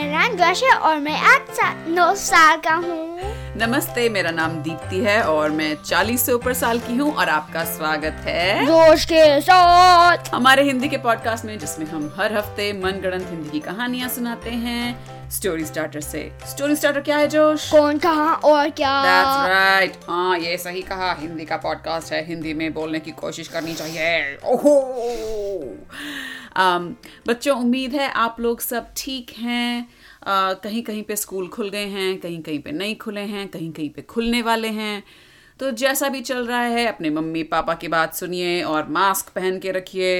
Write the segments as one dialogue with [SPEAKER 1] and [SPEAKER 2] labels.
[SPEAKER 1] प्रकाश है और मैं आज नौ साल का हूँ
[SPEAKER 2] नमस्ते मेरा नाम दीप्ति है और मैं 40 से ऊपर साल की हूँ और आपका स्वागत है
[SPEAKER 1] जोश के साथ
[SPEAKER 2] हमारे हिंदी के पॉडकास्ट में जिसमें हम हर हफ्ते मनगढ़ंत हिंदी की कहानियाँ सुनाते हैं स्टोरी स्टार्टर से स्टोरी स्टार्टर क्या है जोश
[SPEAKER 1] कौन कहा और क्या
[SPEAKER 2] That's right. हाँ ये सही कहा हिंदी का पॉडकास्ट है हिंदी में बोलने की कोशिश करनी चाहिए ओहो um, बच्चों उम्मीद है आप लोग सब ठीक हैं uh, कहीं कहीं पे स्कूल खुल गए हैं कहीं कहीं पे नहीं खुले हैं कहीं कहीं पे खुलने वाले हैं तो जैसा भी चल रहा है अपने मम्मी पापा की बात सुनिए और मास्क पहन के रखिए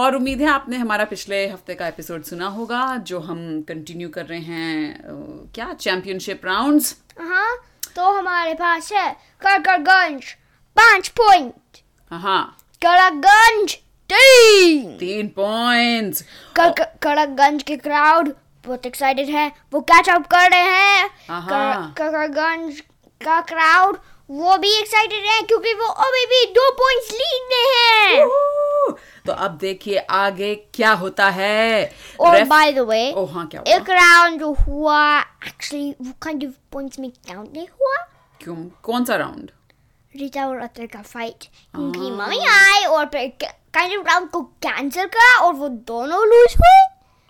[SPEAKER 2] और उम्मीद है आपने हमारा पिछले हफ्ते का एपिसोड सुना होगा जो हम कंटिन्यू कर रहे हैं अ, क्या चैम्पियनशिप राउंड्स
[SPEAKER 1] हाँ तो हमारे पास है करकरगंज पाँच पॉइंट
[SPEAKER 2] हाँ
[SPEAKER 1] करकगंज तीन
[SPEAKER 2] तीन पॉइंट्स
[SPEAKER 1] कर- करकगंज के क्राउड बहुत एक्साइटेड है वो कैच अप कर रहे हैं
[SPEAKER 2] हाँ।
[SPEAKER 1] कर- करकरगंज का क्राउड वो भी एक्साइटेड है क्योंकि वो अभी भी दो पॉइंट्स लीड में है
[SPEAKER 2] तो अब देखिए आगे क्या होता है
[SPEAKER 1] और
[SPEAKER 2] Ref-
[SPEAKER 1] बाय द वे
[SPEAKER 2] ओ हाँ क्या हुआ
[SPEAKER 1] एक राउंड जो हुआ एक्चुअली वो काइंड ऑफ पॉइंट्स में काउंट नहीं हुआ
[SPEAKER 2] क्यों कौन सा राउंड
[SPEAKER 1] रीटा और अतर का फाइट क्योंकि मम्मी आई और फिर काइंड ऑफ राउंड को कैंसिल करा और वो दोनों लूज हुए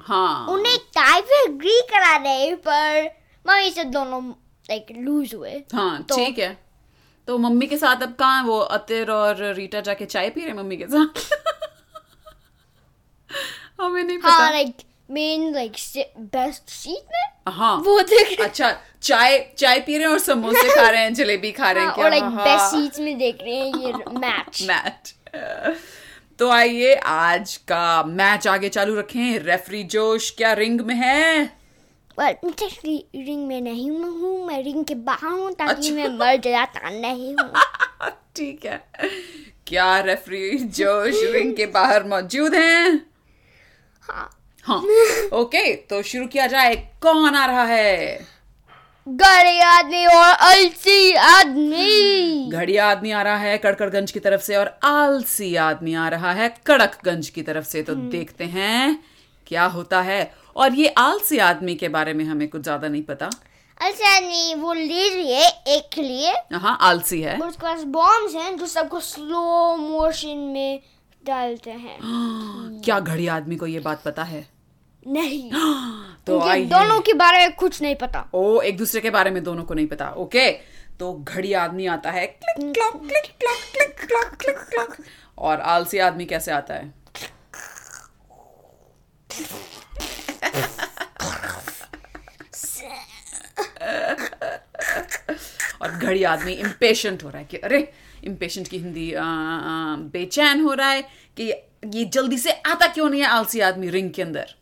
[SPEAKER 2] हाँ
[SPEAKER 1] उन्हें टाई पे एग्री कराने पर मम्मी से दोनों लाइक लूज हुए
[SPEAKER 2] हाँ
[SPEAKER 1] तो-
[SPEAKER 2] ठीक है तो मम्मी के साथ अब कहाँ वो अतिर और रीटा जाके चाय पी रहे हैं मम्मी के साथ हमें नहीं
[SPEAKER 1] हाँ
[SPEAKER 2] पता
[SPEAKER 1] like main like best seat में
[SPEAKER 2] हाँ
[SPEAKER 1] वो देख रहे
[SPEAKER 2] अच्छा चाय चाय पी रहे हैं और समोसे खा रहे हैं जलेबी खा रहे
[SPEAKER 1] हाँ,
[SPEAKER 2] हैं
[SPEAKER 1] और लाइक
[SPEAKER 2] हाँ,
[SPEAKER 1] बेस्ट सीट में देख रहे हैं ये मैच
[SPEAKER 2] मैच तो आइए आज का मैच आगे चालू रखें रेफरी जोश क्या रिंग में है
[SPEAKER 1] एक्चुअली रिंग में नहीं हूँ मैं रिंग के बाहर हूँ ताकि
[SPEAKER 2] अच्छा।
[SPEAKER 1] मैं मर जाता नहीं हूँ
[SPEAKER 2] ठीक है क्या रेफरी जोश रिंग के बाहर मौजूद हैं
[SPEAKER 1] हाँ
[SPEAKER 2] हाँ ओके तो शुरू किया जाए कौन आ रहा है
[SPEAKER 1] गड़े आदमी और अलसी आदमी
[SPEAKER 2] घड़िया आदमी आ रहा है कड़कड़गंज की तरफ से और आलसी आदमी आ रहा है कड़कगंज की तरफ से तो देखते हैं क्या होता है और ये आलसी आदमी के बारे में हमें कुछ ज्यादा नहीं पता
[SPEAKER 1] अलसी आदमी वो ले रही है एक के लिए
[SPEAKER 2] हाँ आलसी है
[SPEAKER 1] और उसके पास बॉम्ब्स हैं जो सबको स्लो मोशन में डालते हैं
[SPEAKER 2] क्या घड़ी आदमी को ये बात पता है
[SPEAKER 1] नहीं
[SPEAKER 2] तो
[SPEAKER 1] उनके
[SPEAKER 2] आइए
[SPEAKER 1] दोनों के बारे में कुछ नहीं पता
[SPEAKER 2] ओ एक दूसरे के बारे में दोनों को नहीं पता ओके तो घड़ी आदमी आता है click clock click clock click clock click clock और आलसी आदमी कैसे आता है और घड़ी आदमी इम्पेशेंट हो रहा है कि अरे इम्पेशेंट की हिंदी अ, अ, बेचैन हो रहा है कि ये- ये जल्दी से आता क्यों नहीं है आलसी आदमी रिंग के अंदर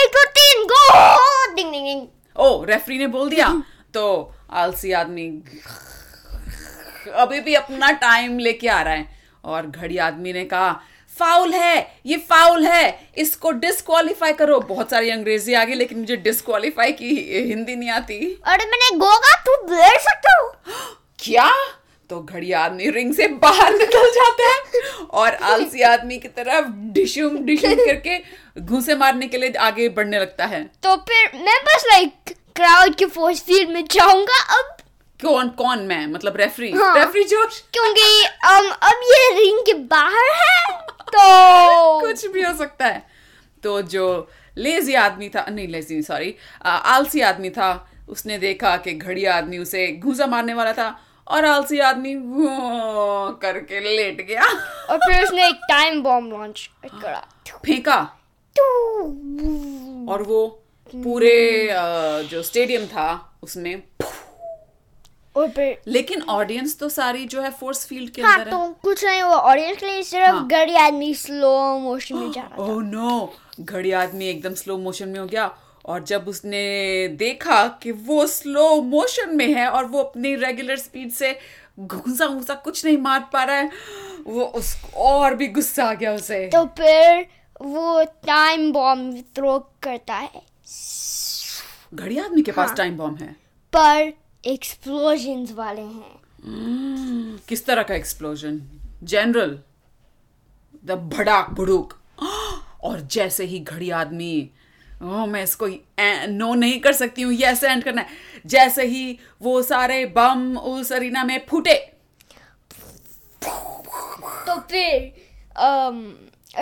[SPEAKER 1] एक और तीन गो डिंग डिंग डिंग
[SPEAKER 2] ओ रेफरी Oh, ने बोल दिया तो आलसी आदमी अभी भी अपना टाइम लेके आ रहा है और घड़ी आदमी ने कहा फाउल है ये फाउल है इसको डिस्क्वालीफाई करो बहुत सारी अंग्रेजी आ गई लेकिन मुझे डिस्क्वालीफाई की हिंदी नहीं आती
[SPEAKER 1] अरे मैंने गो का तू दे सकता हूँ
[SPEAKER 2] क्या तो घड़ी आदमी रिंग से बाहर निकल जाता है और आलसी आदमी की तरफ डिशुम डिशुम करके घूसे मारने के लिए आगे बढ़ने लगता है
[SPEAKER 1] तो फिर मैं बस लाइक क्राउड के फोर्स फील्ड में जाऊंगा अब
[SPEAKER 2] कौन कौन मैं मतलब रेफरी
[SPEAKER 1] हाँ।
[SPEAKER 2] रेफरी जोश
[SPEAKER 1] क्योंकि um, अब ये रिंग के बाहर है तो
[SPEAKER 2] कुछ भी हो सकता है तो जो लेजी आदमी था नहीं लेजी सॉरी आलसी आदमी था उसने देखा कि घड़िया आदमी उसे घूसा मारने वाला था और आलसी आदमी वो करके लेट गया
[SPEAKER 1] और फिर उसने एक टाइम बॉम्ब लॉन्च करा
[SPEAKER 2] फेंका
[SPEAKER 1] टू-
[SPEAKER 2] और वो पूरे अ, जो स्टेडियम था उसमें
[SPEAKER 1] और फिर
[SPEAKER 2] लेकिन ऑडियंस तो सारी जो है फोर्स फील्ड के
[SPEAKER 1] हाँ
[SPEAKER 2] अंदर है
[SPEAKER 1] तो कुछ नहीं हुआ ऑडियंस के लिए सिर्फ
[SPEAKER 2] हाँ।
[SPEAKER 1] गड़ी आदमी स्लो मोशन में जा रहा
[SPEAKER 2] ओह नो घड़ी आदमी एकदम स्लो मोशन में हो गया और जब उसने देखा कि वो स्लो मोशन में है और वो अपनी रेगुलर स्पीड से घुसा घुसा कुछ नहीं मार पा रहा है वो उस और भी गुस्सा आ गया उसे
[SPEAKER 1] तो फिर वो टाइम बॉम्ब थ्रो करता है
[SPEAKER 2] घड़ी आदमी के पास टाइम बॉम्ब है
[SPEAKER 1] पर एक्सप्लोजन्स वाले हैं
[SPEAKER 2] किस तरह का एक्सप्लोजन जनरल द भड़ाक भुड़ूक और जैसे ही घड़ी आदमी ओह मैं इसको नो नहीं कर सकती हूँ यस एंड करना है जैसे ही वो सारे बम उस अरीना में फूटे
[SPEAKER 1] तो फिर um,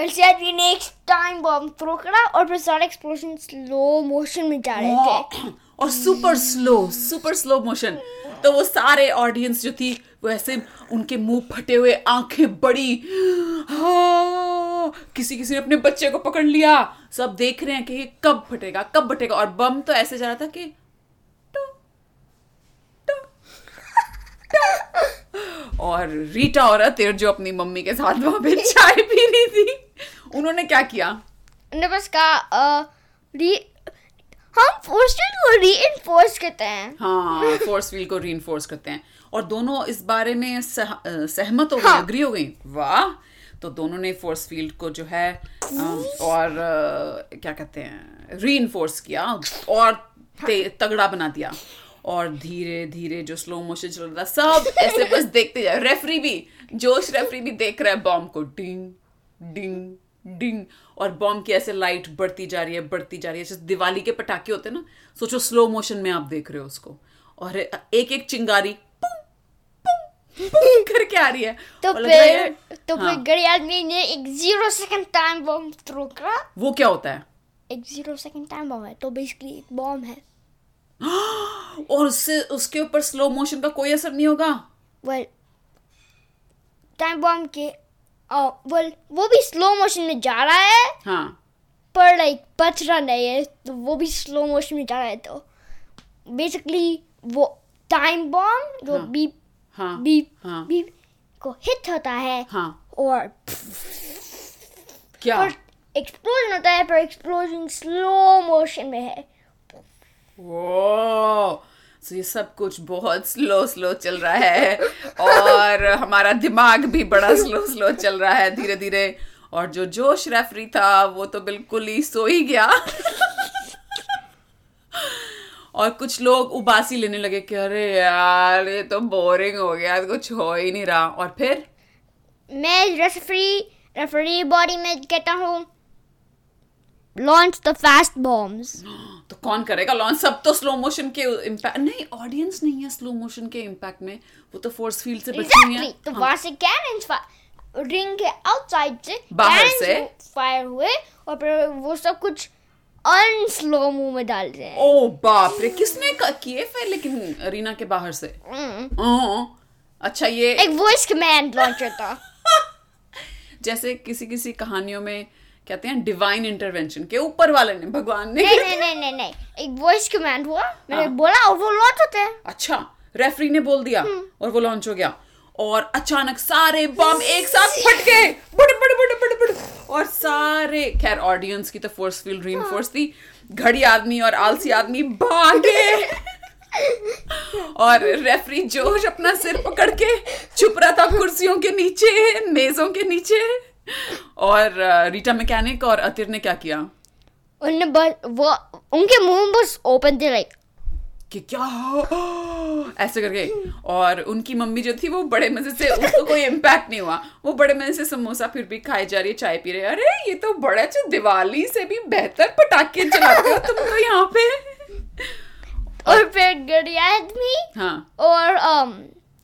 [SPEAKER 1] एलसीआरपी ने एक टाइम बॉम्ब थ्रो करा और फिर सारे एक्सप्लोजन स्लो मोशन में जा रहे थे
[SPEAKER 2] और super slow super slow motion तो वो सारे ऑडियंस जो थी वो ऐसे उनके मुंह फटे हुए आंखें बड़ी हाँ, किसी किसी ने अपने बच्चे को पकड़ लिया सब देख रहे हैं कि ये कब फटेगा कब फटेगा और बम तो ऐसे जा रहा था कि टू, टू, टू। और रीटा और अतिर जो अपनी मम्मी के साथ वहां पे चाय पी रही थी उन्होंने क्या किया
[SPEAKER 1] ने बस कहा री हम फोर्सेस को रीइंफोर्स करते हैं
[SPEAKER 2] हाँ फोर्स फील्ड को रीइंफोर्स करते हैं और दोनों इस बारे में सह, अ, सहमत हो गई
[SPEAKER 1] हाँ।
[SPEAKER 2] अग्री हो गई वाह तो दोनों ने फोर्स फील्ड को जो है अ, और अ, क्या कहते हैं रीइंफोर्स किया और ते- तगड़ा बना दिया और धीरे धीरे जो स्लो मोशन चल रहा था, सब ऐसे बस देखते जाए रेफरी भी जोश रेफरी भी देख रहा है बॉम्ब को डिंग डिंग डिंग और बॉम्ब की ऐसे लाइट बढ़ती जा रही है बढ़ती जा रही है जैसे दिवाली के पटाखे होते हैं ना सोचो स्लो मोशन में आप देख रहे हो उसको और एक एक चिंगारी पुंग, पुंग, पुंग करके आ रही है
[SPEAKER 1] तो
[SPEAKER 2] और लग रहा
[SPEAKER 1] फिर
[SPEAKER 2] है-
[SPEAKER 1] तो फिर
[SPEAKER 2] हाँ,
[SPEAKER 1] गड़ी आदमी ने एक zero second time bomb throw करा
[SPEAKER 2] वो क्या होता है
[SPEAKER 1] एक जीरो सेकंड टाइम बॉम्ब है तो बेसिकली एक बॉम्ब है
[SPEAKER 2] और उससे उसके ऊपर स्लो मोशन का कोई असर नहीं होगा
[SPEAKER 1] वेल टाइम बॉम्ब के वेल वो भी स्लो मोशन में जा रहा है
[SPEAKER 2] हाँ
[SPEAKER 1] पर लाइक बच रहा नहीं है तो वो भी स्लो मोशन में जा रहा है तो बेसिकली वो टाइम बॉम्ब जो
[SPEAKER 2] हाँ।
[SPEAKER 1] बीप
[SPEAKER 2] हाँ
[SPEAKER 1] बीप
[SPEAKER 2] हाँ।
[SPEAKER 1] बीप को हिट होता है
[SPEAKER 2] हाँ
[SPEAKER 1] और
[SPEAKER 2] क्या
[SPEAKER 1] पर एक्सप्लोजन होता है पर एक्सप्लोजन स्लो मोशन में है
[SPEAKER 2] वो सो ये सब कुछ बहुत स्लो स्लो चल रहा है और हमारा दिमाग भी बड़ा स्लो स्लो चल रहा है धीरे धीरे और जो जोश रेफरी था वो तो बिल्कुल ही सो ही गया और कुछ लोग उबासी लेने लगे कि अरे यार ये तो बोरिंग हो गया कुछ हो ही नहीं रहा और फिर
[SPEAKER 1] मैं रेफरी रेफरी बॉडी में कहता हूँ लॉन्च द फास्ट बॉम्ब्स
[SPEAKER 2] तो कौन करेगा लॉन्च सब तो स्लो मोशन के इम्पैक्ट नहीं ऑडियंस नहीं है स्लो मोशन के इम्पैक्ट में वो तो फोर्स फील्ड से बची हुई
[SPEAKER 1] एग्जैक्टली
[SPEAKER 2] है
[SPEAKER 1] तो वहां से cannons फा- रिंग के आउटसाइड से
[SPEAKER 2] बाहर से?
[SPEAKER 1] फायर हुए और फिर वो सब कुछ अनस्लो मुंह में डाल रहे हैं
[SPEAKER 2] ओ बाप रे किसने क- किए फिर लेकिन रीना के बाहर से
[SPEAKER 1] हम्म,
[SPEAKER 2] ओ, अच्छा ये
[SPEAKER 1] एक वॉइस कमांड लॉन्चर था
[SPEAKER 2] जैसे किसी किसी कहानियों में कहते हैं डिवाइन इंटरवेंशन के ऊपर वाले ने भगवान ने
[SPEAKER 1] नहीं नहीं नहीं नहीं नहीं एक वॉइस कमांड हुआ मैंने बोला और वो लॉन्च होते हैं
[SPEAKER 2] अच्छा रेफरी ने बोल दिया और वो लॉन्च हो गया और अचानक सारे बम एक साथ फट गए बड़े बड़े बड़े बड़े बड़े और सारे खैर ऑडियंस की तो फोर्स फील्ड रीइंफोर्स थी घड़ी आदमी और आलसी आदमी भागे और रेफरी जोश अपना सिर पकड़ के छुप रहा था कुर्सियों के नीचे मेजों के नीचे और अ, रीटा मैकेनिक और अतिर ने क्या किया
[SPEAKER 1] उनने बस वो उनके मुंह बस ओपन थे लाइक
[SPEAKER 2] कि क्या ऐसे करके और उनकी मम्मी जो थी वो बड़े मजे से उसको कोई इम्पैक्ट नहीं हुआ वो बड़े मजे से समोसा फिर भी खाए जा रही है चाय पी रही है अरे ये तो बड़ा अच्छा दिवाली से भी बेहतर पटाखे चलाते हो तुम तो यहाँ पे
[SPEAKER 1] और फिर गड़ी आदमी
[SPEAKER 2] हाँ
[SPEAKER 1] और um,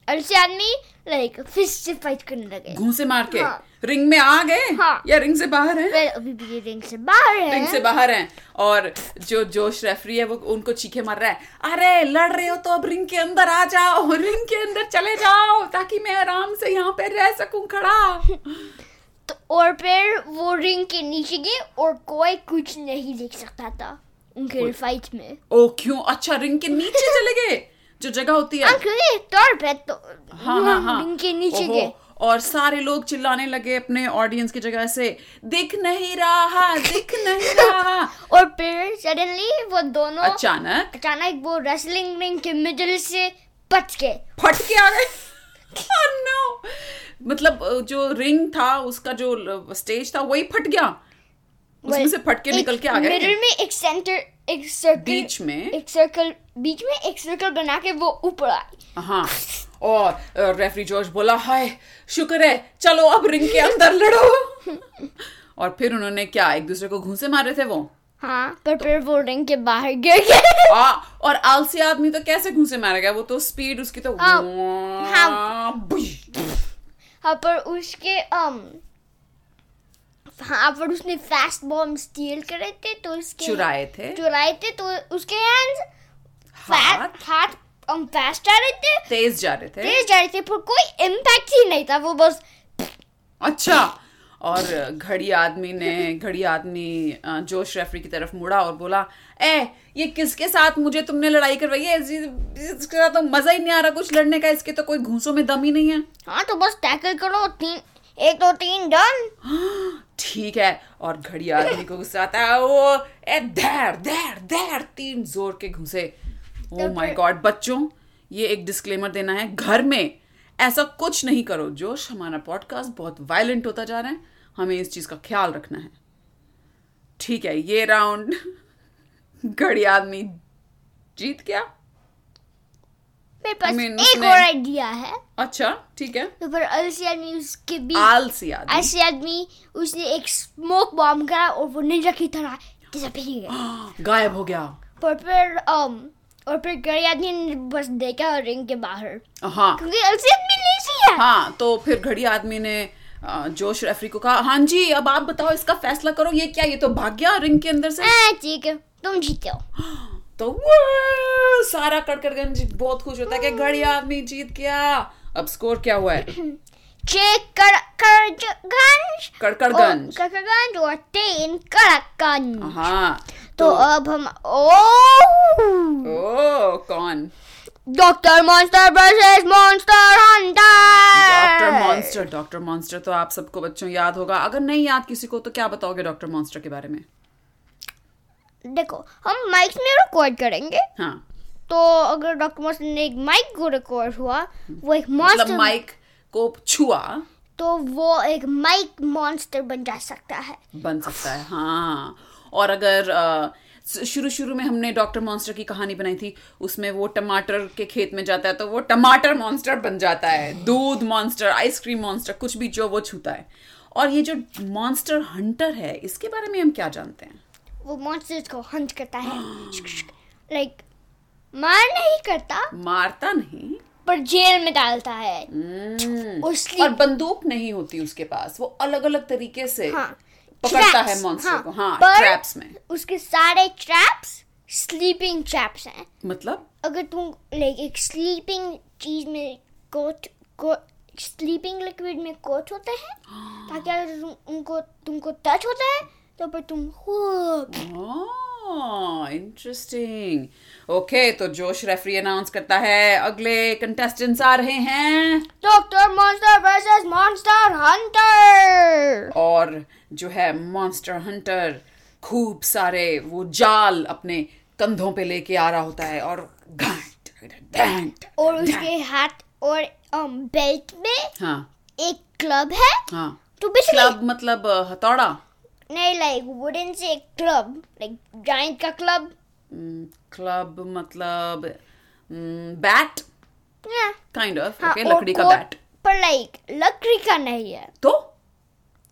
[SPEAKER 1] अलसी आदमी लाइक फिश से फाइट करने लगे
[SPEAKER 2] घूसे मार के
[SPEAKER 1] हाँ।
[SPEAKER 2] रिंग में आ गए
[SPEAKER 1] हाँ।
[SPEAKER 2] या रिंग से बाहर है
[SPEAKER 1] फिर अभी भी ये रिंग से बाहर
[SPEAKER 2] रिंग
[SPEAKER 1] है
[SPEAKER 2] से बाहर हैं और जो जोश रेफरी है वो उनको चीखे मार रहा है अरे लड़ रहे हो तो अब रिंग के अंदर आ जाओ रिंग के अंदर चले जाओ ताकि मैं आराम से यहाँ पे रह सकूं खड़ा
[SPEAKER 1] तो और फिर वो रिंग के नीचे गए और कोई कुछ नहीं देख सकता था उनके फाइट में
[SPEAKER 2] ओ क्यों अच्छा रिंग के नीचे चले गए जो जगह होती है
[SPEAKER 1] अंकल ये तौर पे तो
[SPEAKER 2] हाँ हाँ हाँ
[SPEAKER 1] रिंग के नीचे
[SPEAKER 2] ओहो,
[SPEAKER 1] गए
[SPEAKER 2] और सारे लोग चिल्लाने लगे अपने ऑडियंस की जगह से दिख नहीं रहा दिख नहीं रहा
[SPEAKER 1] और फिर सडनली वो दोनों
[SPEAKER 2] अच्छा। अचानक
[SPEAKER 1] अचानक वो रेसलिंग रिंग के मिडिल से बच गए
[SPEAKER 2] फट के आ गए Oh no! मतलब अ, जो रिंग था उसका जो स्टेज था वही फट गया उसमें से फट के निकल के आ गए
[SPEAKER 1] मिडिल में एक सेंटर एक सर्कल
[SPEAKER 2] बीच में
[SPEAKER 1] एक सर्कल बीच में एक सर्कल बना के वो ऊपर आई
[SPEAKER 2] हाँ और अ, रेफरी जॉर्ज बोला हाय शुक्र है चलो अब रिंग के अंदर लड़ो और फिर उन्होंने क्या एक दूसरे को घूंसे मारे थे वो
[SPEAKER 1] हाँ पर फिर बोर्डिंग के बाहर गिर गए
[SPEAKER 2] आ, और आलसी आदमी तो कैसे घूसे मारेगा वो तो स्पीड उसकी तो
[SPEAKER 1] हाँ,
[SPEAKER 2] वाह, बुश।
[SPEAKER 1] हाँ पर उसके अम हाँ पर उसने फास्ट बॉम्ब स्टील करे थे तो उसके
[SPEAKER 2] चुराए थे
[SPEAKER 1] चुराए थे तो उसके हैंड्स
[SPEAKER 2] हाथ
[SPEAKER 1] हाथ um, fast जा रहे थे
[SPEAKER 2] तेज जा रहे थे
[SPEAKER 1] तेज जा रहे थे पर कोई इम्पैक्ट ही नहीं था वो बस
[SPEAKER 2] अच्छा और घड़ी आदमी ने घड़ी आदमी अ, जोश रेफरी की तरफ मुड़ा और बोला ए ये किसके साथ मुझे तुमने लड़ाई करवाई है इस- इसके साथ तो मजा ही नहीं आ रहा कुछ लड़ने का इसके तो कोई घूसों में दम ही नहीं है
[SPEAKER 1] हाँ तो बस टैकल करो तीन एक दो तीन डन
[SPEAKER 2] ठीक है और घड़ी आदमी को गुस्सा आता है वो ए धैर धैर धैर तीन जोर के घुसे ओ
[SPEAKER 1] तो
[SPEAKER 2] माय
[SPEAKER 1] फिर-
[SPEAKER 2] गॉड बच्चों ये एक डिस्क्लेमर देना है घर में ऐसा कुछ नहीं करो जोश हमारा पॉडकास्ट बहुत वायलेंट होता जा रहा है हमें इस चीज का ख्याल रखना है ठीक है ये राउंड घड़ी आदमी जीत गया
[SPEAKER 1] मेरे पास
[SPEAKER 2] मीन
[SPEAKER 1] एक
[SPEAKER 2] उसने-
[SPEAKER 1] और आइडिया है
[SPEAKER 2] अच्छा ठीक है
[SPEAKER 1] तो पर अलसी आदमी उसके बीच
[SPEAKER 2] आलसी आदमी
[SPEAKER 1] ऐसे आदमी उसने एक स्मोक बॉम्ब करा और वो निंजा की तरह डिसअपीयर गया
[SPEAKER 2] गायब हो गया
[SPEAKER 1] पर फिर um, और फिर गरीब आदमी ने बस देखा और रिंग के बाहर
[SPEAKER 2] हाँ
[SPEAKER 1] क्योंकि अलसी आदमी लेजी है
[SPEAKER 2] हाँ तो फिर घड़ी आदमी ने अ, जोश रेफरी को कहा हाँ जी अब आप बताओ इसका फैसला करो ये क्या ये तो भाग गया रिंग के अंदर से
[SPEAKER 1] हाँ ठीक है तुम जीते हो
[SPEAKER 2] तो वाह, सारा कड़कड़गंज बहुत खुश होता है कि घड़ी आदमी जीत गया अब स्कोर क्या हुआ है
[SPEAKER 1] चेक कर कर गंज
[SPEAKER 2] कड़कड़गंज
[SPEAKER 1] करकगंज और तीन करकगंज
[SPEAKER 2] हाँ
[SPEAKER 1] तो अब हम ओ
[SPEAKER 2] ओ कौन
[SPEAKER 1] doctor monster versus monster hunter
[SPEAKER 2] doctor monster doctor monster तो आप सबको बच्चों याद होगा अगर नहीं याद किसी को तो क्या बताओगे डॉक्टर मॉन्स्टर के बारे में
[SPEAKER 1] देखो हम माइक में रिकॉर्ड करेंगे
[SPEAKER 2] हाँ
[SPEAKER 1] तो अगर डॉक्टर मॉन्स्टर ने एक माइक को रिकॉर्ड हुआ वो एक
[SPEAKER 2] मतलब
[SPEAKER 1] मॉन्स्टर
[SPEAKER 2] माइक को छुआ
[SPEAKER 1] तो वो एक माइक मॉन्स्टर बन जा सकता है
[SPEAKER 2] बन सकता है हाँ और अगर अ, स- शुरू शुरू में हमने डॉक्टर मॉन्स्टर की कहानी बनाई थी उसमें वो टमाटर के खेत में जाता है तो वो टमाटर मॉन्स्टर बन जाता है दूध मॉन्स्टर आइसक्रीम मॉन्स्टर कुछ भी जो वो छूता है और ये जो मॉन्स्टर हंटर है इसके बारे में हम क्या जानते हैं
[SPEAKER 1] वो मॉन्स्टर्स को हंट करता है लाइक मार नहीं करता
[SPEAKER 2] मारता नहीं
[SPEAKER 1] पर जेल में डालता है
[SPEAKER 2] हम्म,
[SPEAKER 1] उसकी
[SPEAKER 2] और बंदूक नहीं होती उसके पास वो अलग अलग तरीके से
[SPEAKER 1] हाँ
[SPEAKER 2] पकड़ता है
[SPEAKER 1] traps,
[SPEAKER 2] मॉन्स्टर को हाँ
[SPEAKER 1] पर
[SPEAKER 2] ट्रैप्स में
[SPEAKER 1] उसके सारे ट्रैप्स स्लीपिंग ट्रैप्स हैं
[SPEAKER 2] मतलब
[SPEAKER 1] अगर तुम लाइक एक स्लीपिंग चीज में कोट को स्लीपिंग लिक्विड में कोट होते हैं ताकि अगर तुम उनको तुमको टच होता है तो पर तुम हो
[SPEAKER 2] इंटरेस्टिंग ओके Oh, तो जोश रेफरी अनाउंस करता है अगले कंटेस्टेंट्स आ रहे हैं
[SPEAKER 1] doctor monster versus monster hunter
[SPEAKER 2] और जो है मॉन्स्टर हंटर खूब सारे वो जाल अपने कंधों पे लेके आ रहा होता है और घाट, घाट,
[SPEAKER 1] और
[SPEAKER 2] घाट।
[SPEAKER 1] उसके हाथ और बेल्ट में
[SPEAKER 2] हाँ
[SPEAKER 1] एक क्लब है
[SPEAKER 2] हाँ
[SPEAKER 1] तो बेसिकली
[SPEAKER 2] क्लब मतलब अ, हथौड़ा
[SPEAKER 1] नहीं लाइक वुडन से एक क्लब लाइक जाइंट का क्लब
[SPEAKER 2] क्लब Hmm, मतलब बैट काइंड ऑफ ओके
[SPEAKER 1] हाँ, और
[SPEAKER 2] लकड़ी का
[SPEAKER 1] कोट
[SPEAKER 2] बैट
[SPEAKER 1] पर लाइक लकड़ी का नहीं है
[SPEAKER 2] तो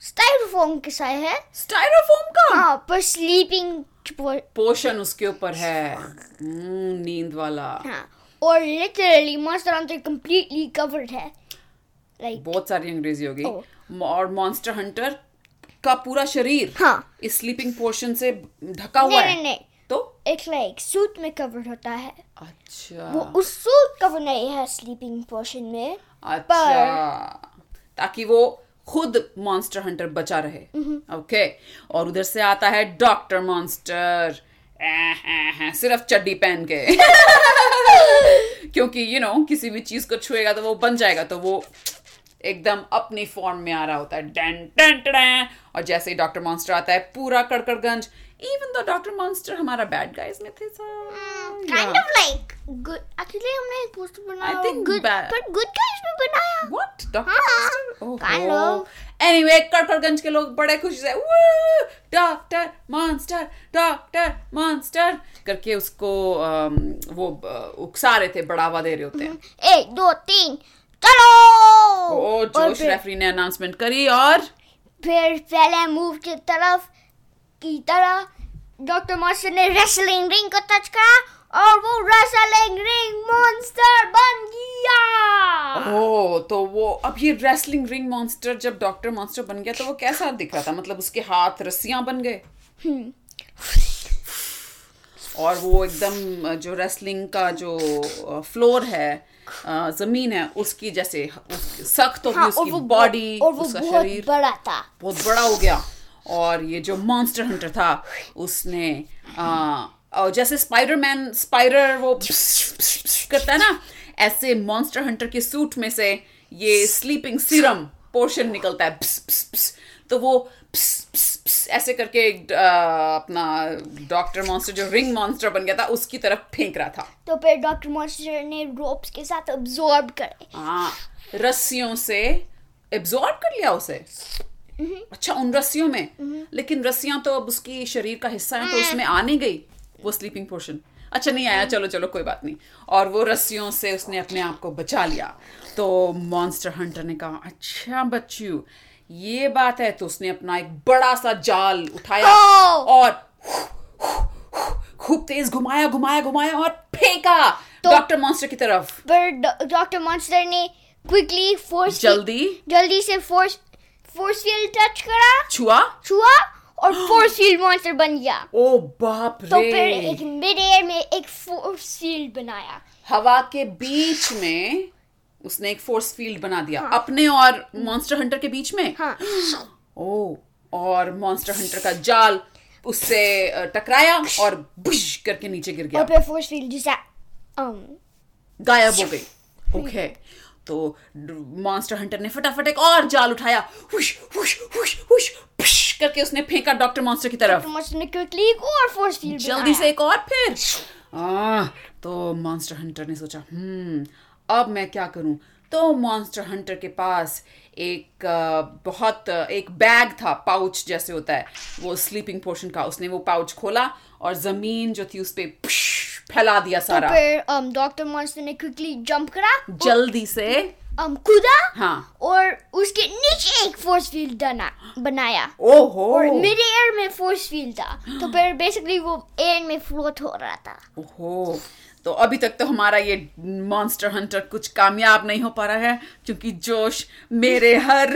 [SPEAKER 1] स्टाइलोफोम के साथ है
[SPEAKER 2] Hmm. स्टाइरोफोम का
[SPEAKER 1] हाँ पर स्लीपिंग
[SPEAKER 2] पोशन उसके ऊपर है हम्म, नींद वाला
[SPEAKER 1] हाँ और literally monster hunter completely covered है लाइक
[SPEAKER 2] बहुत सारी अंग्रेजी हो
[SPEAKER 1] ओ।
[SPEAKER 2] गई और मॉन्स्टर हंटर का पूरा शरीर
[SPEAKER 1] हाँ
[SPEAKER 2] इस स्लीपिंग पोर्शन से ढका
[SPEAKER 1] नहीं
[SPEAKER 2] हुआ
[SPEAKER 1] नहीं
[SPEAKER 2] है
[SPEAKER 1] नहीं
[SPEAKER 2] तो
[SPEAKER 1] एक लाइक सूट में कवर्ड होता है वो
[SPEAKER 2] अच्छा
[SPEAKER 1] उस सूट कवर नहीं है स्लीपिंग पोर्शन में
[SPEAKER 2] Ah, अच्छा ताकि वो खुद मॉन्स्टर हंटर बचा रहे ओके और उधर से आता है डॉक्टर मॉन्स्टर सिर्फ चड्डी पहन के क्योंकि यू you नो know, किसी भी चीज को छुएगा तो वो बन जाएगा तो वो एकदम अपनी फॉर्म में आ रहा होता है डन डन डन और जैसे ही डॉक्टर मॉन्स्टर आता है पूरा कड़कड़गंज इवन दो डॉक्टर मॉन्स्टर हमारा बैड गाइस में थे
[SPEAKER 1] kind of like good actually हमने एक पोस्टर बनाया
[SPEAKER 2] I think
[SPEAKER 1] good
[SPEAKER 2] bad-
[SPEAKER 1] पर गुड का इसमें बनाया
[SPEAKER 2] व्हाट
[SPEAKER 1] हाँ, kind of.
[SPEAKER 2] Doctor anyway Kadkadganj के लोग बड़े खुशी से "Woo! Doctor monster doctor monster करके उसको अम, वो अ, उकसा रहे थे बढ़ावा दे रहे होते
[SPEAKER 1] हाँ।
[SPEAKER 2] हैं
[SPEAKER 1] एक दो तीन चलो
[SPEAKER 2] ओ
[SPEAKER 1] और
[SPEAKER 2] जोश
[SPEAKER 1] फिर-
[SPEAKER 2] रेफरी ने अनाउंसमेंट करी और
[SPEAKER 1] फिर पहले मूव की तरफ की तरह डॉक्टर मॉन्स्टर ने रेसलिंग रिंग को टच करा और वो रेसलिंग रिंग मॉन्स्टर बन गया
[SPEAKER 2] ओ तो वो अब ये रेसलिंग रिंग मॉन्स्टर जब डॉक्टर मॉन्स्टर बन गया तो वो कैसा दिख रहा था मतलब उसके हाथ रस्सियां बन गए
[SPEAKER 1] हम्म।
[SPEAKER 2] और वो एकदम अ, जो रेसलिंग का जो फ्लोर है अ, जमीन है उसकी जैसे उसकी सख्त होगी उसकी बॉडी
[SPEAKER 1] और वो
[SPEAKER 2] उसका
[SPEAKER 1] हाँ, बहुत
[SPEAKER 2] शरीर
[SPEAKER 1] बड़ा था
[SPEAKER 2] बहुत बड़ा हो गया और ये जो मॉन्स्टर हंटर था उसने आ, और जैसे स्पाइडरमैन स्पाइडर वो करता है ना ऐसे मॉन्स्टर हंटर के सूट में से ये स्लीपिंग सीरम पोर्शन निकलता है तो वो ऐसे करके आ, अपना डॉक्टर मॉन्स्टर जो रिंग मॉन्स्टर बन गया था उसकी तरफ फेंक रहा था
[SPEAKER 1] तो फिर डॉक्टर मॉन्स्टर ने रोप्स के साथ अब्सॉर्ब करे
[SPEAKER 2] हाँ रस्सियों से एब्जॉर्ब कर लिया उसे अच्छा उन रस्सियों में लेकिन रस्सियां तो अब उसकी शरीर का हिस्सा है तो उसमें आ नहीं गई वो स्लीपिंग पोर्शन अच्छा नहीं आया चलो चलो कोई बात नहीं और वो रस्सियों से उसने अपने आप को बचा लिया तो मॉन्स्टर हंटर ने कहा अच्छा बच्चू ये बात है तो उसने अपना एक बड़ा सा जाल उठाया
[SPEAKER 1] Oh!
[SPEAKER 2] और खूब तेज घुमाया घुमाया घुमाया और फेंका डॉक्टर मॉन्स्टर की तरफ
[SPEAKER 1] पर डॉक्टर मॉन्स्टर ने क्विकली फोर्स
[SPEAKER 2] जल्दी
[SPEAKER 1] जल्दी से फोर्स फोर्स फील्ड टच करा
[SPEAKER 2] छुआ
[SPEAKER 1] छुआ और फोर्स फील्ड मॉन्स्टर बन गया
[SPEAKER 2] ओ बाप
[SPEAKER 1] तो फिर
[SPEAKER 2] रे
[SPEAKER 1] एक मिड एयर में एक फोर्स फील्ड बनाया
[SPEAKER 2] हवा के बीच में उसने एक फोर्स फील्ड बना दिया अपने और मॉन्स्टर हंटर के बीच में
[SPEAKER 1] हाँ
[SPEAKER 2] ओ और मॉन्स्टर हंटर का जाल उससे अ, टकराया और बुश करके नीचे गिर गया
[SPEAKER 1] और फिर फोर्स फील्ड जैसा um,
[SPEAKER 2] गायब हो गई ओके तो मॉन्स्टर हंटर ने फटाफट एक और जाल उठाया हुश हुश हुश हुश पुश करके उसने फेंका डॉक्टर मॉन्स्टर की तरफ
[SPEAKER 1] डॉक्टर मॉन्स्टर ने क्विकली एक और फोर्स फील्ड
[SPEAKER 2] जल्दी से एक और फिर आह, तो मॉन्स्टर हंटर ने सोचा हम्म अब मैं क्या करूं तो मॉन्स्टर हंटर के पास एक अ, बहुत अ, एक बैग था पाउच जैसे होता है वो स्लीपिंग पोर्शन का उसने वो पाउच खोला और जमीन जो थी उस पे फैला दिया
[SPEAKER 1] तो
[SPEAKER 2] सारा
[SPEAKER 1] फिर um, डॉक्टर मॉन्स्टर ने क्विकली जंप करा
[SPEAKER 2] जल्दी से
[SPEAKER 1] um, कूदा
[SPEAKER 2] हाँ
[SPEAKER 1] और उसके नीचे एक फोर्स फील्ड बना बनाया और
[SPEAKER 2] ओहो
[SPEAKER 1] मिड एयर में फोर्स फील्ड था तो फिर बेसिकली वो एयर में फ्लोट हो रहा था
[SPEAKER 2] ओहो तो अभी तक तो हमारा ये मॉन्स्टर हंटर कुछ कामयाब नहीं हो पा रहा है क्योंकि जोश मेरे हर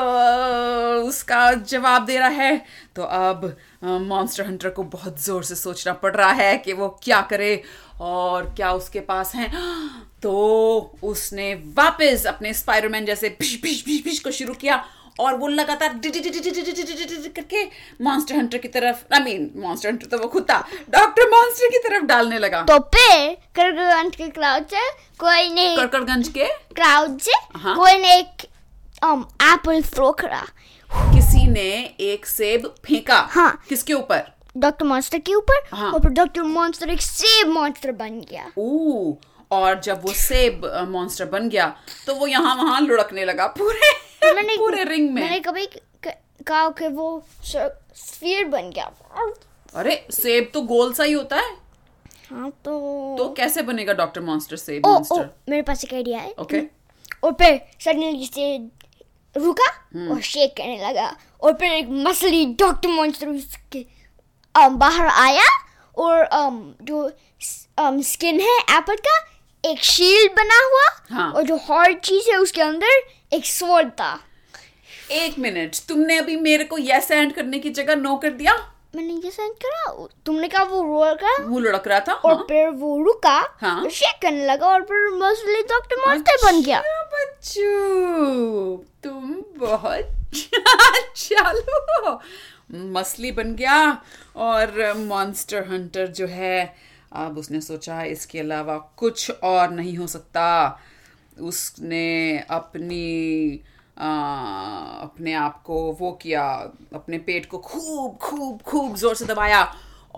[SPEAKER 2] अ, उसका जवाब दे रहा है तो अब मॉन्स्टर हंटर को बहुत जोर से सोचना पड़ रहा है कि वो क्या करे और क्या उसके पास है तो उसने वापस अपने स्पाइडरमैन जैसे भिश भिश भिश भिश को शुरू किया और वो लगातार डि- डि- डि- डि- डि- डि- डि- डि- डि- डि- डि- करके मॉन्स्टर हंटर की तरफ आई मीन मॉन्स्टर हंटर तो वो खुद था डॉक्टर मॉन्स्टर की तरफ डालने लगा
[SPEAKER 1] तो फिर करगंज के क्राउड से कोई ने
[SPEAKER 2] कड़कड़गंज के
[SPEAKER 1] क्राउड से
[SPEAKER 2] हाँ।
[SPEAKER 1] कोई ने एक um, एप्पल थ्रो करा
[SPEAKER 2] किसी ने एक सेब फेंका
[SPEAKER 1] हाँ।
[SPEAKER 2] किसके ऊपर
[SPEAKER 1] डॉक्टर मॉन्स्टर के ऊपर
[SPEAKER 2] हाँ।
[SPEAKER 1] और फिर डॉक्टर मॉन्स्टर एक सेब मॉन्स्टर बन गया
[SPEAKER 2] ओ और जब वो सेब मॉन्स्टर बन गया तो वो यहाँ वहाँ लुढ़कने लगा पूरे पूरे रिंग में
[SPEAKER 1] तो मैंने कभी क- कहा कि वो स्फीयर बन गया
[SPEAKER 2] अरे सेब तो गोल सा ही होता है
[SPEAKER 1] हाँ तो
[SPEAKER 2] तो कैसे बनेगा डॉक्टर मॉन्स्टर सेब
[SPEAKER 1] ओ ओ
[SPEAKER 2] मॉन्स्टर
[SPEAKER 1] मेरे पास एक आइडिया है
[SPEAKER 2] ओके
[SPEAKER 1] और फिर सडनली से रुका
[SPEAKER 2] हम्म।
[SPEAKER 1] और शेक करने लगा और फिर एक मसली डॉक्टर मॉन्स्टर उसके अम, बाहर आया और अम, जो स्किन है एप्पल का एक शील्ड बना हुआ
[SPEAKER 2] हाँ।
[SPEAKER 1] और जो हार्ड चीज है उसके अंदर एक स्वॉर्ड था
[SPEAKER 2] एक मिनट तुमने अभी मेरे को यस एंड करने की जगह नो कर दिया
[SPEAKER 1] मैंने ये सेंड करा तुमने कहा वो रोल करा
[SPEAKER 2] मुंह लुढ़क रहा था
[SPEAKER 1] और
[SPEAKER 2] हाँ।
[SPEAKER 1] फिर वो रुका
[SPEAKER 2] हाँ।
[SPEAKER 1] और शेक करने लगा और फिर मसली डॉक्टर मॉन्स्टर बन गया
[SPEAKER 2] अच्छा, बच्चू तुम बहुत चालू हो मसली बन गया और मॉन्स्टर हंटर जो है अब उसने सोचा इसके अलावा कुछ और नहीं हो सकता उसने अपनी आ, अपने आप को वो किया अपने पेट को खूब खूब खूब जोर से दबाया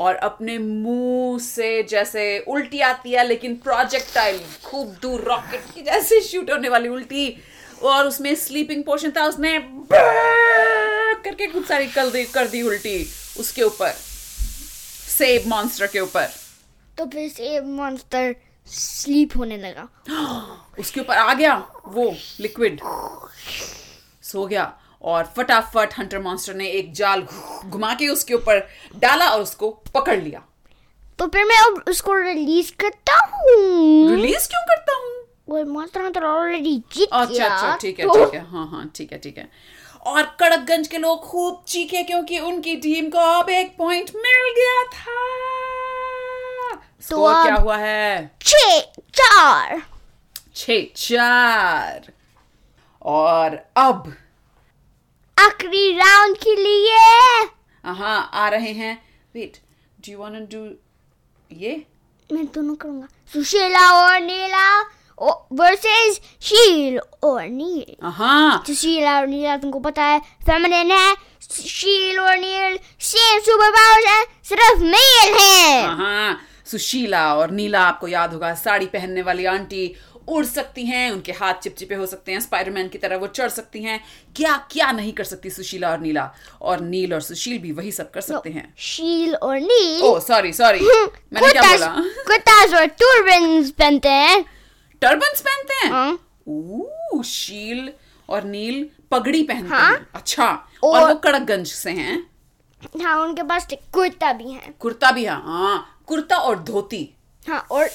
[SPEAKER 2] और अपने मुंह से जैसे उल्टी आती है लेकिन प्रोजेक्टाइल खूब दूर रॉकेट की जैसे शूट होने वाली उल्टी और उसमें स्लीपिंग पोर्शन था उसने करके खूब सारी कर दी कर दी उल्टी उसके ऊपर सेब मॉन्स्टर के ऊपर
[SPEAKER 1] तो फिर से मॉन्स्टर स्लीप होने लगा
[SPEAKER 2] उसके ऊपर आ गया वो लिक्विड सो गया और फटाफट हंटर मॉन्स्टर ने एक जाल घुमा के उसके ऊपर डाला और उसको पकड़ लिया
[SPEAKER 1] तो फिर मैं अब उसको रिलीज करता हूँ
[SPEAKER 2] रिलीज क्यों करता हूँ
[SPEAKER 1] वो मॉन्स्टर हंटर ऑलरेडी जीत
[SPEAKER 2] अच्छा
[SPEAKER 1] गया
[SPEAKER 2] अच्छा ठीक है
[SPEAKER 1] तो
[SPEAKER 2] ठीक है हाँ हाँ ठीक है ठीक है और कड़कगंज के लोग खूब चीखे क्योंकि उनकी टीम को अब एक पॉइंट मिल गया था स्कोर
[SPEAKER 1] तो अब-
[SPEAKER 2] क्या हुआ है
[SPEAKER 1] छः चार
[SPEAKER 2] छ चार और अब
[SPEAKER 1] आखिरी राउंड के लिए
[SPEAKER 2] हाँ आ रहे हैं wait do you want do ये
[SPEAKER 1] मैं दोनों करूंगा सुशीला और नीला वर्सेस शील और नील
[SPEAKER 2] हाँ
[SPEAKER 1] तो शीला और नीला तुमको पता है फेमिनिन है शील और नील सेम सुपर पावर्स है सिर्फ मेल है
[SPEAKER 2] हाँ सुशीला और नीला आपको याद होगा साड़ी पहनने वाली आंटी उड़ सकती हैं उनके हाथ चिपचिपे हो सकते हैं स्पाइडरमैन की तरह वो चढ़ सकती हैं क्या क्या नहीं कर सकती सुशीला और नीला और नील और सुशील भी वही सब कर सकते हैं
[SPEAKER 1] शील और नील
[SPEAKER 2] ओ सॉरी सॉरी
[SPEAKER 1] हम्म,
[SPEAKER 2] मैंने क्या
[SPEAKER 1] कुर्तास
[SPEAKER 2] बोला
[SPEAKER 1] कुर्तास और टूरबन्स पहनते हैं
[SPEAKER 2] टर्बन्स पहनते हैं
[SPEAKER 1] हाँ।
[SPEAKER 2] ओ शील और नील पगड़ी पहनते
[SPEAKER 1] हाँ।
[SPEAKER 2] हैं अच्छा और
[SPEAKER 1] और-
[SPEAKER 2] वो कड़कगंज से हैं
[SPEAKER 1] हाँ उनके पास एक कुर्ता भी है
[SPEAKER 2] कुर्ता भी है हाँ कुर्ता और धोती
[SPEAKER 1] हाँ और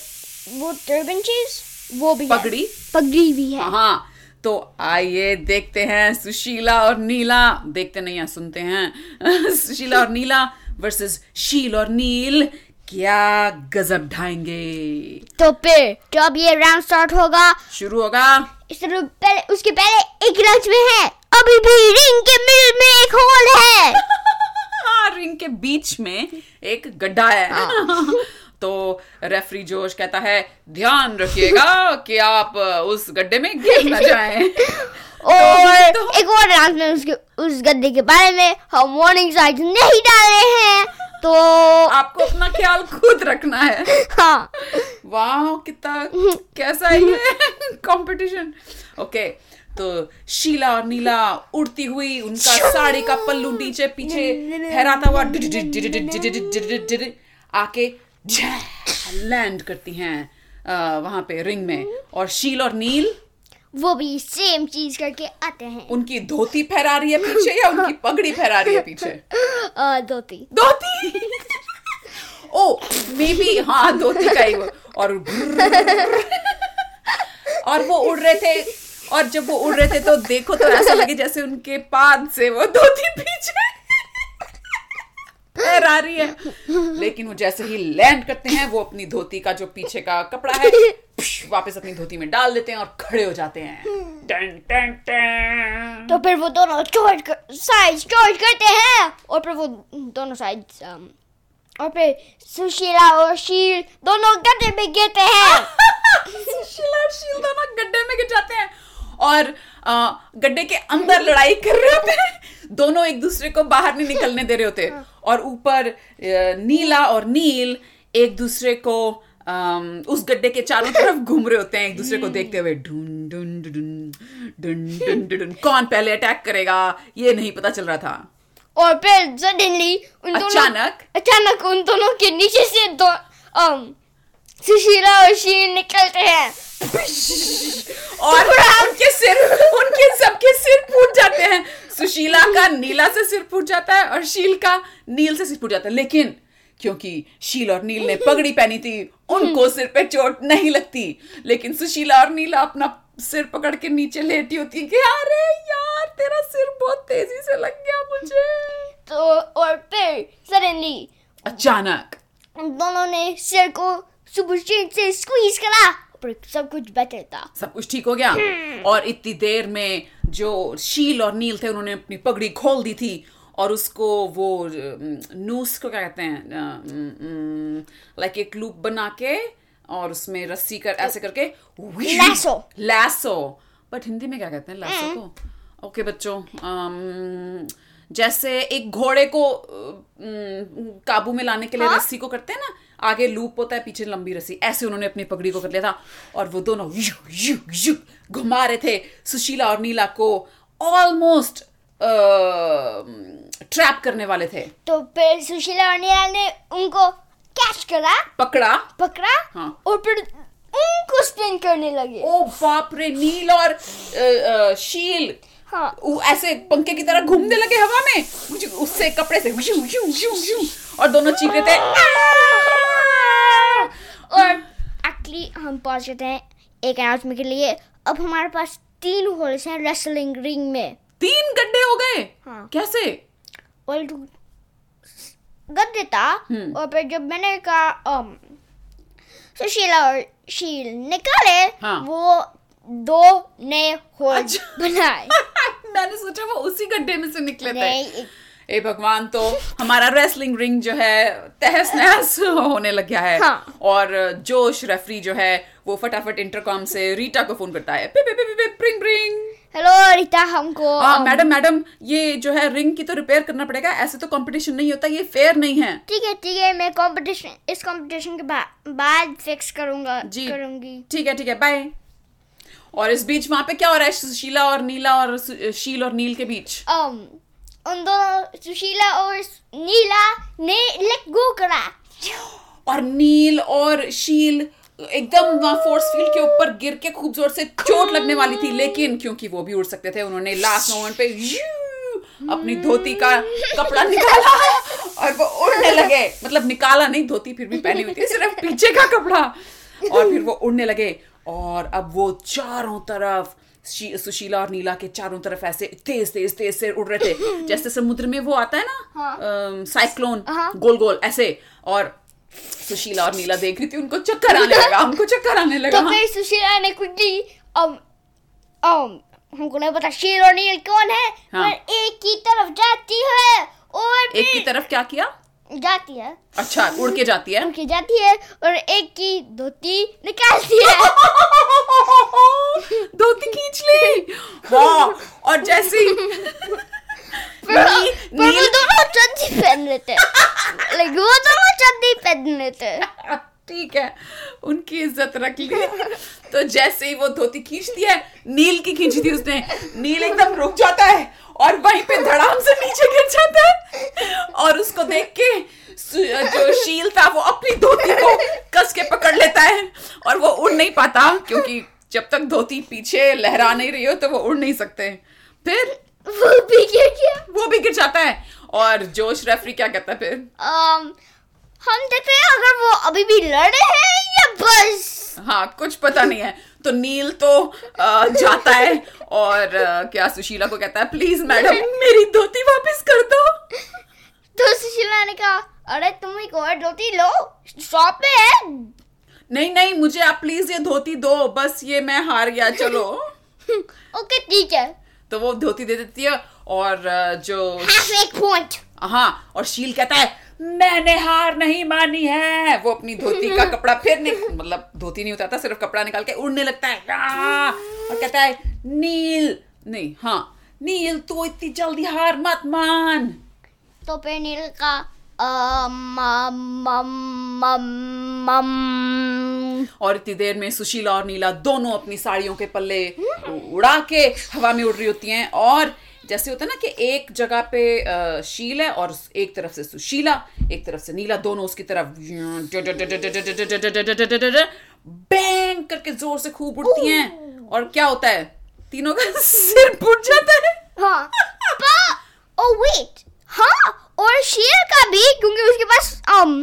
[SPEAKER 1] वो टर्बन चीज वो भी है।
[SPEAKER 2] पगड़ी?
[SPEAKER 1] पगड़ी भी है
[SPEAKER 2] हाँ तो आइए देखते हैं सुशीला और नीला देखते नहीं हैं सुनते हैं सुशीला और नीला वर्सेस शील और नील क्या गजब ढाएंगे
[SPEAKER 1] तो फिर जब ये राउंड स्टार्ट होगा
[SPEAKER 2] शुरू होगा
[SPEAKER 1] इस रूप पहले उसके पहले एक लंच में है अभी भी रिंग के मिल में एक होल है
[SPEAKER 2] हाँ, रिंग के बीच में एक गड्ढा है तो रेफरी जोश कहता है ध्यान रखिएगा कि आप उस गड्ढे में गिर न जाएं
[SPEAKER 1] और
[SPEAKER 2] तो-
[SPEAKER 1] एक और राउंड में उसके उस गद्दे के बारे में हम वार्निंग साइड नहीं डाल रहे हैं तो
[SPEAKER 2] आपको अपना ख्याल खुद रखना है
[SPEAKER 1] हाँ
[SPEAKER 2] वाह कितना कैसा है ये कंपटीशन ओके तो शीला और नीला उड़ती हुई उनका साड़ी का पल्लू नीचे पीछे फहराता हुआ आके लैंड करती हैं अ, वहां पे रिंग में और शील और नील
[SPEAKER 1] वो भी सेम चीज करके आते हैं
[SPEAKER 2] उनकी धोती फहरा रही है पीछे या उनकी पगड़ी फहरा रही है पीछे
[SPEAKER 1] अ, धोती
[SPEAKER 2] धोती ओ मे बी हाँ धोती का ही वो और और वो उड़ रहे थे और जब वो उड़ रहे थे तो देखो तो ऐसा लगे जैसे उनके पाद से वो धोती पीछे फहरा रही है लेकिन वो जैसे ही लैंड करते हैं वो अपनी धोती का जो पीछे का कपड़ा है पश, वापस अपनी धोती में डाल देते हैं और खड़े हो जाते हैं टन टन टन
[SPEAKER 1] तो फिर वो दोनों चोट कर, साइड चोट करते हैं और फिर वो दोनों साइड और फिर सुशीला और शील दोनों गद्दे में गिरते हैं
[SPEAKER 2] हाँ। सुशीला और शील दोनों गड्ढे में गिर जाते हैं और अ, गड्ढे के अंदर लड़ाई कर रहे होते हैं दोनों एक दूसरे को बाहर नहीं निकलने दे रहे होते और ऊपर अ, नीला और नील एक दूसरे को अम, उस गड्ढे के चारों तरफ घूम रहे होते हैं एक दूसरे को देखते हुए ढूंढ ढूंढ ढूंढ ढूंढ ढूंढ ढूंढ कौन पहले अटैक करेगा ये नहीं पता चल रहा था
[SPEAKER 1] और फिर सडनली उन दोनों
[SPEAKER 2] अचानक?
[SPEAKER 1] अचानक उन दोनों के नीचे से दो um, सुशीला और शील निकलते हैं
[SPEAKER 2] और उनके सिर उनके सबके सिर फूट जाते हैं सुशीला का नीला से सिर फूट जाता है और शील का नील से सिर फूट जाता है लेकिन क्योंकि शील और नील ने पगड़ी पहनी थी उनको सिर पे चोट नहीं लगती लेकिन सुशीला और नीला अपना सिर पकड़ के नीचे लेटी होती है कि अरे यार तेरा सिर बहुत तेजी से लग गया मुझे
[SPEAKER 1] तो और फिर सडनली
[SPEAKER 2] अचानक
[SPEAKER 1] उन दोनों ने सिर को सुपर शील से स्क्वीज करा पर सब कुछ बेटर था
[SPEAKER 2] सब कुछ ठीक हो गया और इतनी देर में जो शील और नील थे उन्होंने अपनी पगड़ी खोल दी थी और उसको वो अम, नूस को क्या कहते हैं लाइक एक लूप बना के और उसमें रस्सी कर ऐसे करके
[SPEAKER 1] Lasso.
[SPEAKER 2] लैसो बट हिंदी में क्या कहते हैं लैसो को ओके बच्चों अम, जैसे एक घोड़े को अम, काबू में लाने के लिए
[SPEAKER 1] हाँ?
[SPEAKER 2] रस्सी को करते हैं ना आगे लूप होता है पीछे लंबी रस्सी ऐसे उन्होंने अपनी पगड़ी को कर लिया था और वो दोनों यू यू यू घुमा रहे थे सुशीला और नीला को ऑलमोस्ट ट्रैप करने वाले थे
[SPEAKER 1] तो फिर सुशीला और नीला ने उनको कैच करा
[SPEAKER 2] पकड़ा
[SPEAKER 1] पकड़ा
[SPEAKER 2] हाँ।
[SPEAKER 1] और फिर उनको स्पिन करने लगे
[SPEAKER 2] ओ बाप रे नील और अ, अ, शील
[SPEAKER 1] हाँ
[SPEAKER 2] वो ऐसे पंखे की तरह घूमने लगे हवा में मुझे उससे कपड़े से वुशु, वुशु, वुशु, वुशु, और दोनों चीख रहे थे "आह!"
[SPEAKER 1] और एक्चुअली हम पहुंच जाते हैं एक अनाउंसमेंट के लिए अब हमारे पास तीन होल्स हैं रेसलिंग रिंग में
[SPEAKER 2] तीन गड्ढे हो गए
[SPEAKER 1] हाँ।
[SPEAKER 2] कैसे
[SPEAKER 1] और गद्दे था
[SPEAKER 2] हम्म।
[SPEAKER 1] और फिर जब मैंने कहा um, so शीला और शील निकाले
[SPEAKER 2] हाँ।
[SPEAKER 1] वो दो नए होल्स
[SPEAKER 2] अच्छा।
[SPEAKER 1] बनाए
[SPEAKER 2] मैंने सोचा वो उसी गड्ढे में से निकले थे
[SPEAKER 1] नहीं, एक-
[SPEAKER 2] ए भगवान तो हमारा रेसलिंग रिंग जो है तहस नहस होने लग गया है
[SPEAKER 1] हाँ।
[SPEAKER 2] और जोश रेफरी जो है वो फटाफट इंटरकॉम से रीटा को फोन करता है पिप, पिप, पिप, पिप, प्रिंग प्रिंग
[SPEAKER 1] हेलो रीता हमको
[SPEAKER 2] हाँ
[SPEAKER 1] um,
[SPEAKER 2] मैडम मैडम ये जो है रिंग की तो रिपेयर करना पड़ेगा ऐसे तो कंपटीशन नहीं होता ये फेयर नहीं है
[SPEAKER 1] ठीक है ठीक है मैं कंपटीशन इस कंपटीशन के बा, बाद फिक्स करूंगा
[SPEAKER 2] जी।
[SPEAKER 1] करूंगी
[SPEAKER 2] ठीक है ठीक है बाय और इस बीच वहां पे क्या हो रहा है शीला और नीला और सु- शील और नील के बीच
[SPEAKER 1] um, उन दोनों सुशीला और नीला ने लेट गो करा
[SPEAKER 2] और नील और शील एकदम वहां फोर्स फील्ड के ऊपर गिर के खूब जोर से चोट लगने वाली थी लेकिन क्योंकि वो भी उड़ सकते थे उन्होंने लास्ट मोमेंट पे यू अपनी धोती का कपड़ा निकाला और वो उड़ने लगे मतलब निकाला नहीं धोती फिर भी पहनी हुई थी सिर्फ पीछे का कपड़ा और फिर वो उड़ने लगे और अब वो चारों तरफ शी- सुशीला और नीला के चारों तरफ ऐसे तेज तेज तेज से उड़ रहे थे जैसे समुद्र में वो आता है
[SPEAKER 1] हाँ।
[SPEAKER 2] ना साइक्लोन
[SPEAKER 1] हाँ।
[SPEAKER 2] गोल गोल ऐसे और सुशीला और नीला देख रही थी उनको चक्कर आने लगा हमको चक्कर आने लगा
[SPEAKER 1] तो फिर सुशीला ने क्विकली um, um, हमको नहीं पता शील और नील कौन है
[SPEAKER 2] हाँ।
[SPEAKER 1] पर एक की तरफ जाती है और
[SPEAKER 2] एक की
[SPEAKER 1] फिर
[SPEAKER 2] तरफ क्या किया
[SPEAKER 1] जाती है
[SPEAKER 2] अच्छा उड़ के जाती है
[SPEAKER 1] उनकी जाती है और एक की धोती निकालती है
[SPEAKER 2] धोती खींच ली वाह और जैसे ही
[SPEAKER 1] पर
[SPEAKER 2] नी,
[SPEAKER 1] पर वो
[SPEAKER 2] नील
[SPEAKER 1] दोनों चड्डी पहन लेते हैं लाइक वो दोनों चड्डी पहन लेते हैं
[SPEAKER 2] हाँ, ठीक है उनकी इज्जत रख ली तो जैसे ही वो धोती खींचती है नील की खींची थी उसने नील एकदम रुक जाता है और वहीं पे धड़ाम से नीचे गिर जाता है और उसको देख के सु- जो शील था वो अपनी धोती को कस के पकड़ लेता है और वो उड़ नहीं पाता क्योंकि जब तक धोती पीछे लहरा नहीं रही हो तो वो उड़ नहीं सकते फिर
[SPEAKER 1] वो भी गिर गया
[SPEAKER 2] वो भी गिर जाता है और जोश रेफरी क्या कहता है फिर
[SPEAKER 1] um, हम देखते हैं अगर वो अभी भी लड़ रहे हैं या बस
[SPEAKER 2] हाँ कुछ पता नहीं है तो नील तो अ, जाता है और अ, क्या सुशीला को कहता है प्लीज मैडम मेरी धोती वापस कर दो
[SPEAKER 1] तो सुशीला ने कहा अरे तुम एक और धोती लो शॉप पे है
[SPEAKER 2] नहीं नहीं मुझे आप प्लीज ये धोती दो बस ये मैं हार गया चलो
[SPEAKER 1] ओके ठीक है
[SPEAKER 2] तो वो धोती दे देती है और अ, जो
[SPEAKER 1] हाफ एक पॉइंट
[SPEAKER 2] हाँ और शील कहता है मैंने हार नहीं मानी है वो अपनी धोती का कपड़ा फिर नहीं मतलब धोती नहीं उतारता सिर्फ कपड़ा निकाल के उड़ने लगता है आ! और कहता है नील नहीं हाँ नील तू इतनी जल्दी हार मत मान
[SPEAKER 1] तो फिर नील का "Um, um, um, um, um."
[SPEAKER 2] और इतनी देर में सुशीला और नीला दोनों अपनी साड़ियों के पल्ले उड़ा के हवा में उड़ रही होती हैं और जैसे होता है ना कि एक जगह पे अ, शील है और एक तरफ से सुशीला एक तरफ से नीला दोनों उसकी तरफ बैंग करके जोर से खूब उड़ती हैं और क्या होता है तीनों का सिर फूट जाता है
[SPEAKER 1] हाँ ओ वेट हाँ और शेर का भी क्योंकि उसके पास um,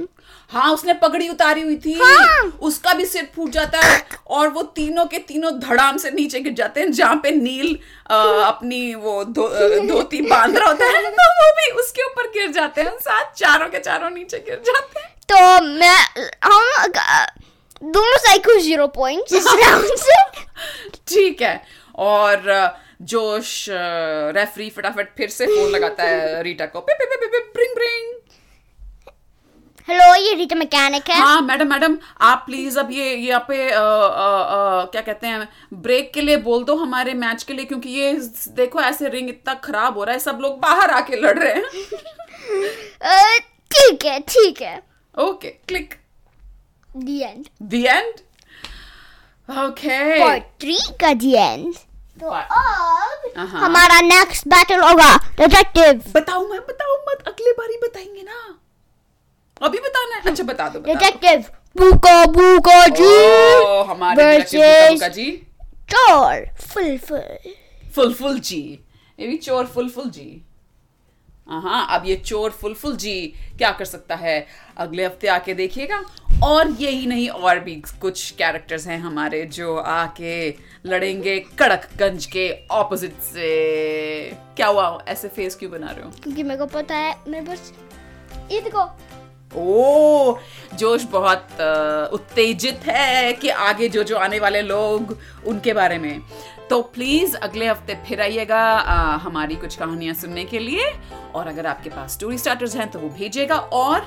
[SPEAKER 2] हाँ उसने पगड़ी उतारी हुई थी
[SPEAKER 1] हाँ।
[SPEAKER 2] उसका भी सिर फूट जाता है और वो तीनों के तीनों धड़ाम से नीचे गिर जाते हैं जहाँ पे नील अ, अपनी वो धो, अ, धोती बांध रहा होता है तो वो भी उसके ऊपर गिर जाते हैं साथ चारों के चारों नीचे गिर जाते हैं
[SPEAKER 1] तो मैं हम दोनों साइड को जीरो पॉइंट इस राउंड से
[SPEAKER 2] ठीक है और अ, जोश अ, रेफरी फटाफट फिर से फोन लगाता है रीटा को पिप, पिप, पिप, पिप, प्रिंग प्रिंग
[SPEAKER 1] हेलो ये रीटा मैकेनिक है
[SPEAKER 2] हाँ मैडम मैडम आप प्लीज अब ये यहाँ पे अ, अ, अ, क्या कहते हैं ब्रेक के लिए बोल दो हमारे मैच के लिए क्योंकि ये देखो ऐसे रिंग इतना खराब हो रहा है सब लोग बाहर आके लड़ रहे हैं
[SPEAKER 1] अ, ठीक है ठीक है
[SPEAKER 2] okay click
[SPEAKER 1] the end
[SPEAKER 2] the end
[SPEAKER 1] part
[SPEAKER 2] okay
[SPEAKER 1] three का दी एंड अब
[SPEAKER 2] हाँ।
[SPEAKER 1] हमारा नेक्स्ट बैटल होगा डिटेक्टिव
[SPEAKER 2] बताओ मैं बताओ मत अगले बार ही बताएंगे ना अभी बताना है अच्छा बता दो बता दो।
[SPEAKER 1] डिटेक्टिव बुको बुको
[SPEAKER 2] Oh,
[SPEAKER 1] जी
[SPEAKER 2] ओ, हमारे detective
[SPEAKER 1] versus-
[SPEAKER 2] बुका जी
[SPEAKER 1] चोर फुलफुल
[SPEAKER 2] फुल फुल जी ये भी चोर फुलफुल जी हाँ अब ये चोर फुलफुल जी क्या कर सकता है अगले हफ्ते आके देखिएगा और यही नहीं और भी कुछ कैरेक्टर्स हैं हमारे जो आके लड़ेंगे कड़कगंज के ऑपोजिट से क्या हुआ ऐसे फेस क्यों बना रहे हो
[SPEAKER 1] क्योंकि मेरे को पता है मैं बस ये देखो
[SPEAKER 2] ओ जोश बहुत अ, उत्तेजित है कि आगे जो जो आने वाले लोग उनके बारे में तो प्लीज़ अगले हफ्ते फिर आइएगा अ, हमारी कुछ कहानियाँ सुनने के लिए और अगर आपके पास स्टोरी स्टार्टर्स हैं तो वो भेजिएगा और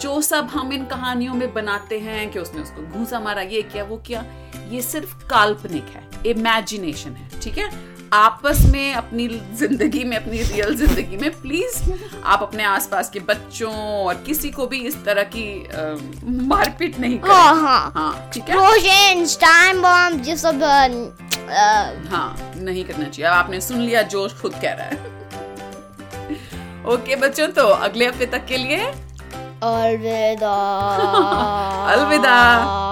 [SPEAKER 2] जो सब हम इन कहानियों में बनाते हैं कि उसने उसको घूसा मारा ये किया वो किया ये सिर्फ काल्पनिक है इमेजिनेशन है ठीक है आपस में अपनी जिंदगी में अपनी रियल जिंदगी में प्लीज आप अपने आसपास के बच्चों और किसी को भी इस तरह की अ, मारपीट नहीं करें
[SPEAKER 1] हाँ, हाँ।
[SPEAKER 2] हाँ ठीक है
[SPEAKER 1] एक्सप्लोजन टाइम बॉम्ब ये सब अ, अ,
[SPEAKER 2] हाँ नहीं करना चाहिए अब आपने सुन लिया जोश खुद कह रहा है ओके बच्चों तो अगले हफ्ते तक के लिए
[SPEAKER 1] अलविदा
[SPEAKER 2] अलविदा